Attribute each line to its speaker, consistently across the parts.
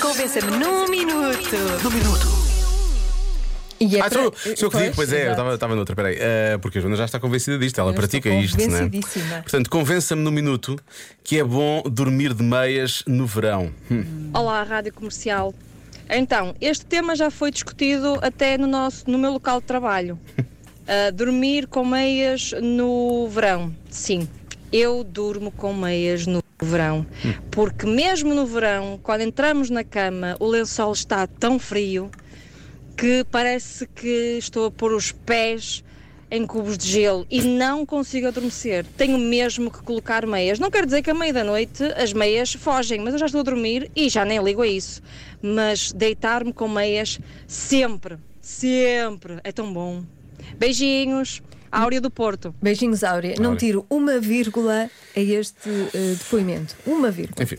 Speaker 1: Convença-me num minuto.
Speaker 2: No minuto.
Speaker 3: E é
Speaker 2: Ah,
Speaker 3: pra-
Speaker 2: sou, sou eu que digo, pois é, eu
Speaker 3: exato.
Speaker 2: estava- estava noutra, peraí. Ah, porque a Joana já está convencida disto, ela
Speaker 3: Eu
Speaker 2: pratica
Speaker 3: estou
Speaker 2: isto, né?
Speaker 3: convencidíssima.
Speaker 2: Portanto, convença-me no minuto que é bom dormir de meias no verão. Hum.
Speaker 4: Olá, Rádio Comercial. Então, este tema já foi discutido até no, nosso, no meu local de trabalho. Ah, dormir com meias no verão. Sim, eu durmo com meias no verão. Porque mesmo no verão, quando entramos na cama, o lençol está tão frio que parece que estou a pôr os pés em cubos de gelo e não consigo adormecer. Tenho mesmo que colocar meias. Não quero dizer que à meia da noite as meias fogem, mas eu já estou a dormir e já nem ligo a isso. Mas deitar-me com meias sempre, sempre é tão bom. Beijinhos, Áurea do Porto.
Speaker 3: Beijinhos, Áurea. Não
Speaker 2: Áurea.
Speaker 3: tiro uma vírgula a este eh, depoimento. Uma vírgula.
Speaker 2: Enfim,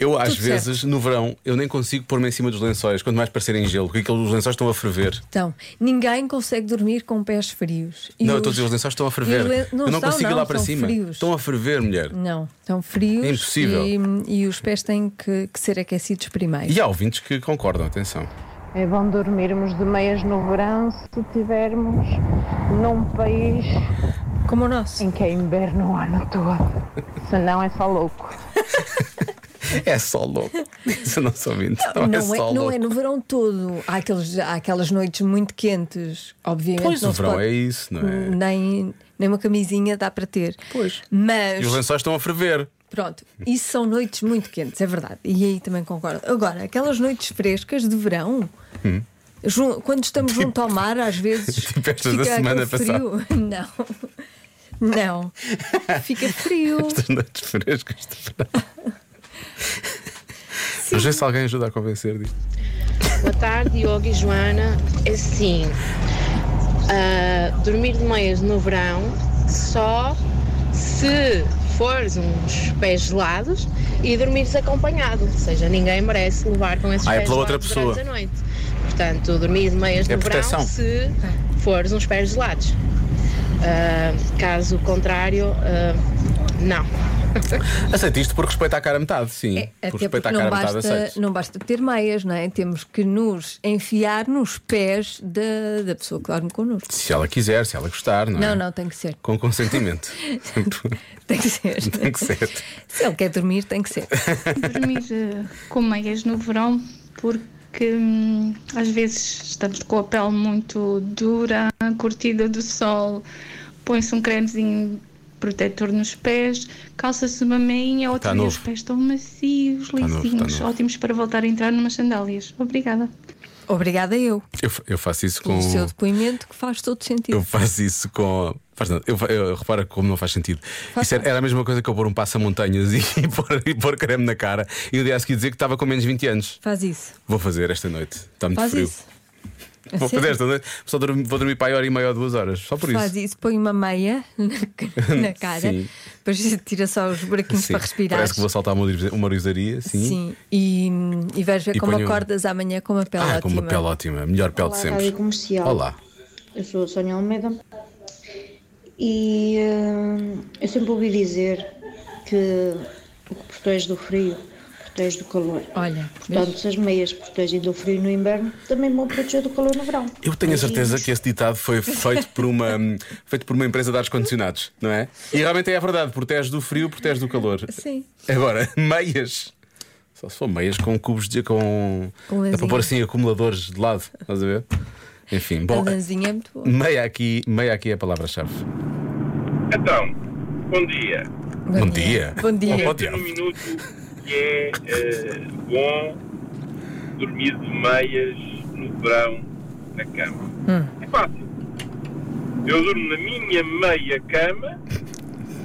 Speaker 2: eu às
Speaker 3: Tudo
Speaker 2: vezes no verão eu nem consigo pôr-me em cima dos lençóis, quanto mais parecerem gelo, porque aqueles lençóis estão a ferver.
Speaker 3: Então, ninguém consegue dormir com pés frios. E
Speaker 2: não, eu
Speaker 3: os-
Speaker 2: estou a dizer, os lençóis estão a
Speaker 3: e
Speaker 2: ferver.
Speaker 3: os len- Não
Speaker 2: eu não
Speaker 3: estão,
Speaker 2: consigo ir
Speaker 3: não,
Speaker 2: lá para
Speaker 3: estão
Speaker 2: cima.
Speaker 3: frios.
Speaker 2: Estão a ferver, mulher.
Speaker 3: Não, estão frios.
Speaker 2: É impossível.
Speaker 3: E, e os pés têm que, que ser aquecidos primeiro.
Speaker 2: E há ouvintes que concordam, atenção.
Speaker 5: É bom dormirmos de meias no verão se tivermos num país
Speaker 3: Como o nosso.
Speaker 5: em que é inverno o ano todo. Senão é só louco.
Speaker 2: É só louco. Isso eu não sou ouvinte. Não, é
Speaker 3: Não é,
Speaker 2: só
Speaker 3: não
Speaker 2: louco.
Speaker 3: é no verão todo. Há, aqueles, há aquelas noites muito quentes, obviamente.
Speaker 2: Pois,
Speaker 3: não
Speaker 2: o
Speaker 3: se
Speaker 2: verão
Speaker 3: pode-
Speaker 2: é isso, não é?
Speaker 3: Nem, nem uma camisinha dá para ter. Pois.
Speaker 2: E
Speaker 3: Mas,
Speaker 2: os lençóis estão a ferver.
Speaker 3: pronto, isso são noites muito quentes, é verdade. E aí também concordo. Agora, aquelas noites frescas de verão. jun- Quando estamos junto ao mar, às vezes.
Speaker 2: Hum. Tipo estas da
Speaker 3: fica
Speaker 2: semana
Speaker 3: aquele frio. Não. Não. Fica frio.
Speaker 2: Estas noites frescas de verão. Mas vê se alguém ajuda a convencer disto.
Speaker 6: Boa tarde, Diogo e Joana. Assim, ah, dormir de meias no verão só se fores uns pés gelados e dormires acompanhado. Ou seja, ninguém merece levar com esses
Speaker 2: Ah, é
Speaker 6: pés
Speaker 2: pela outra
Speaker 6: gelados
Speaker 2: pessoa.
Speaker 6: durante a noite. Portanto, dormir de meias
Speaker 2: É
Speaker 6: no
Speaker 2: proteção.
Speaker 6: verão se fores uns pés gelados. Ah, caso contrário, ah, não.
Speaker 2: Aceito isto por respeito à cara metade, sim.
Speaker 3: É,
Speaker 2: por
Speaker 3: Até
Speaker 2: respeito
Speaker 3: porque
Speaker 2: à
Speaker 3: não
Speaker 2: cara metade,
Speaker 3: basta,
Speaker 2: aceito.
Speaker 3: não basta ter meias, não é? Temos que nos enfiar nos pés da, da pessoa que dorme connosco.
Speaker 2: Se ela quiser, se ela gostar, não, é?
Speaker 3: Não, não, tem que ser.
Speaker 2: Com consentimento. Sempre.
Speaker 3: Tem que ser.
Speaker 2: Tem que ser.
Speaker 3: Se ele quer dormir, tem que ser.
Speaker 7: dormir eh, com meias no verão porque hum, às vezes estamos com a pele muito dura, curtida do sol, põe-se um cremezinho protetor nos pés, calça-se uma meinha, outro
Speaker 2: Tá
Speaker 7: dia os
Speaker 2: novo.
Speaker 7: pés estão macios,
Speaker 2: novo, tá
Speaker 7: lisinhos,
Speaker 2: novo.
Speaker 7: ótimos para voltar a entrar numas sandálias. Obrigada.
Speaker 3: Obrigada eu
Speaker 2: Eu, fa- eu faço isso com.
Speaker 3: pelo seu depoimento que faz todo sentido.
Speaker 2: Eu faço isso com. Faz nada. Eu, fa- eu- repara como não faz sentido. Isso era, era a mesma coisa que eu pôr um passa-montanhas e, e, pôr, e pôr creme na cara e o dia a seguir dizer que estava com menos 20 anos.
Speaker 3: Faz isso.
Speaker 2: Vou fazer esta noite. Está muito
Speaker 3: Faz
Speaker 2: frio.
Speaker 3: isso. A
Speaker 2: Vou
Speaker 3: sério?
Speaker 2: fazer esta noite. Só dormi- vou dormir para aí hora e meia ou duas horas. Só por isso.
Speaker 3: Faz isso, põe uma meia na, na cara,
Speaker 2: Sim.
Speaker 3: depois tira só os buraquinhos
Speaker 2: Sim.
Speaker 3: para respirar.
Speaker 2: Parece que vou saltar uma, oriza- uma orizaria, sim.
Speaker 3: Sim, e, e vais ver
Speaker 2: E
Speaker 3: como
Speaker 2: ponho- um-
Speaker 3: acordas amanhã com uma pele
Speaker 2: Ah,
Speaker 3: ótima.
Speaker 2: com uma pele ótima. Melhor pele
Speaker 8: Olá,
Speaker 2: de
Speaker 8: Rádio
Speaker 2: sempre.
Speaker 8: Comercial.
Speaker 2: Olá.
Speaker 8: Eu sou a Sónia Almeida e hum, eu sempre ouvi dizer que o que protege do frio protege do calor.
Speaker 3: Olha,
Speaker 8: Portanto, se as meias protegem do frio no inverno, também vão proteger do calor no verão.
Speaker 2: Eu tenho a certeza que esse ditado foi feito por uma, feito por uma empresa de ar-condicionados, não é? E realmente é a verdade, protege do frio, protege do calor.
Speaker 3: Sim.
Speaker 2: Agora, meias. Só se for meias com cubos de. com.
Speaker 3: Com
Speaker 2: dá para
Speaker 3: lãzinha.
Speaker 2: pôr assim acumuladores de lado, estás a ver? Enfim,
Speaker 3: a
Speaker 2: bom.
Speaker 3: danzinha é muito boa.
Speaker 2: Meia aqui, meia aqui é a palavra-chave.
Speaker 9: Então, bom dia.
Speaker 2: Bom, dia.
Speaker 3: Bom dia.
Speaker 2: Bom
Speaker 9: Tem
Speaker 2: dia.
Speaker 9: um minuto que é eh, bom dormir de meias no verão na cama. É fácil. Eu durmo na minha meia cama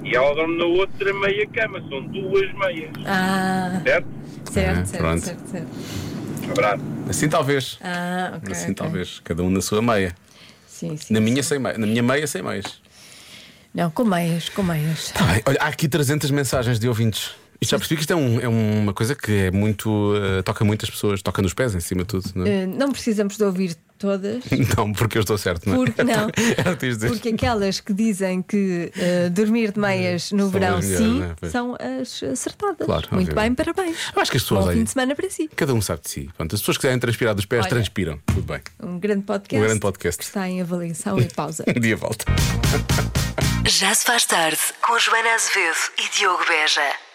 Speaker 9: e ela dorme na outra meia cama. São duas meias,
Speaker 3: Ah,
Speaker 9: certo?
Speaker 3: certo,
Speaker 2: Ah,
Speaker 3: certo,
Speaker 2: pronto.
Speaker 3: certo, certo.
Speaker 9: Abraço.
Speaker 2: Assim talvez.
Speaker 3: Ah, ok.
Speaker 2: assim
Speaker 3: ok.
Speaker 2: talvez. Cada um na sua meia.
Speaker 3: Sim, sim.
Speaker 2: Na minha, sem meia. Na minha meia, sem meias.
Speaker 3: Não, com meias, com meias.
Speaker 2: Tá bem. Olha, há aqui 300 mensagens de ouvintes. Isto já percebi que isto é, um- é uma coisa que é muito. eh, toca muitas pessoas, toca nos pés em cima de tudo, não é?
Speaker 3: Eh, Não precisamos de ouvir todas.
Speaker 2: Não, porque eu estou certo, não é?
Speaker 3: Porque não?
Speaker 2: Era o que ias dizer.
Speaker 3: Porque aquelas que dizem que eh, dormir de meias no
Speaker 2: São
Speaker 3: verão
Speaker 2: as melhores,
Speaker 3: sim,
Speaker 2: né? Pois.
Speaker 3: são as acertadas.
Speaker 2: Claro,
Speaker 3: Muito
Speaker 2: obviamente.
Speaker 3: bem, parabéns.
Speaker 2: Eu acho que as pessoas
Speaker 3: Bom fim
Speaker 2: aí-
Speaker 3: de semana para si.
Speaker 2: Cada um sabe de si. Pronto, as pessoas que quiserem transpirar dos pés,
Speaker 3: Olha.
Speaker 2: transpiram. Tudo bem.
Speaker 3: Um grande podcast.
Speaker 2: Um grande podcast.
Speaker 3: Que está em avaliação e pausa.
Speaker 2: Um dia volta.
Speaker 1: Já se faz tarde com Joana Azevedo e Diogo Beja.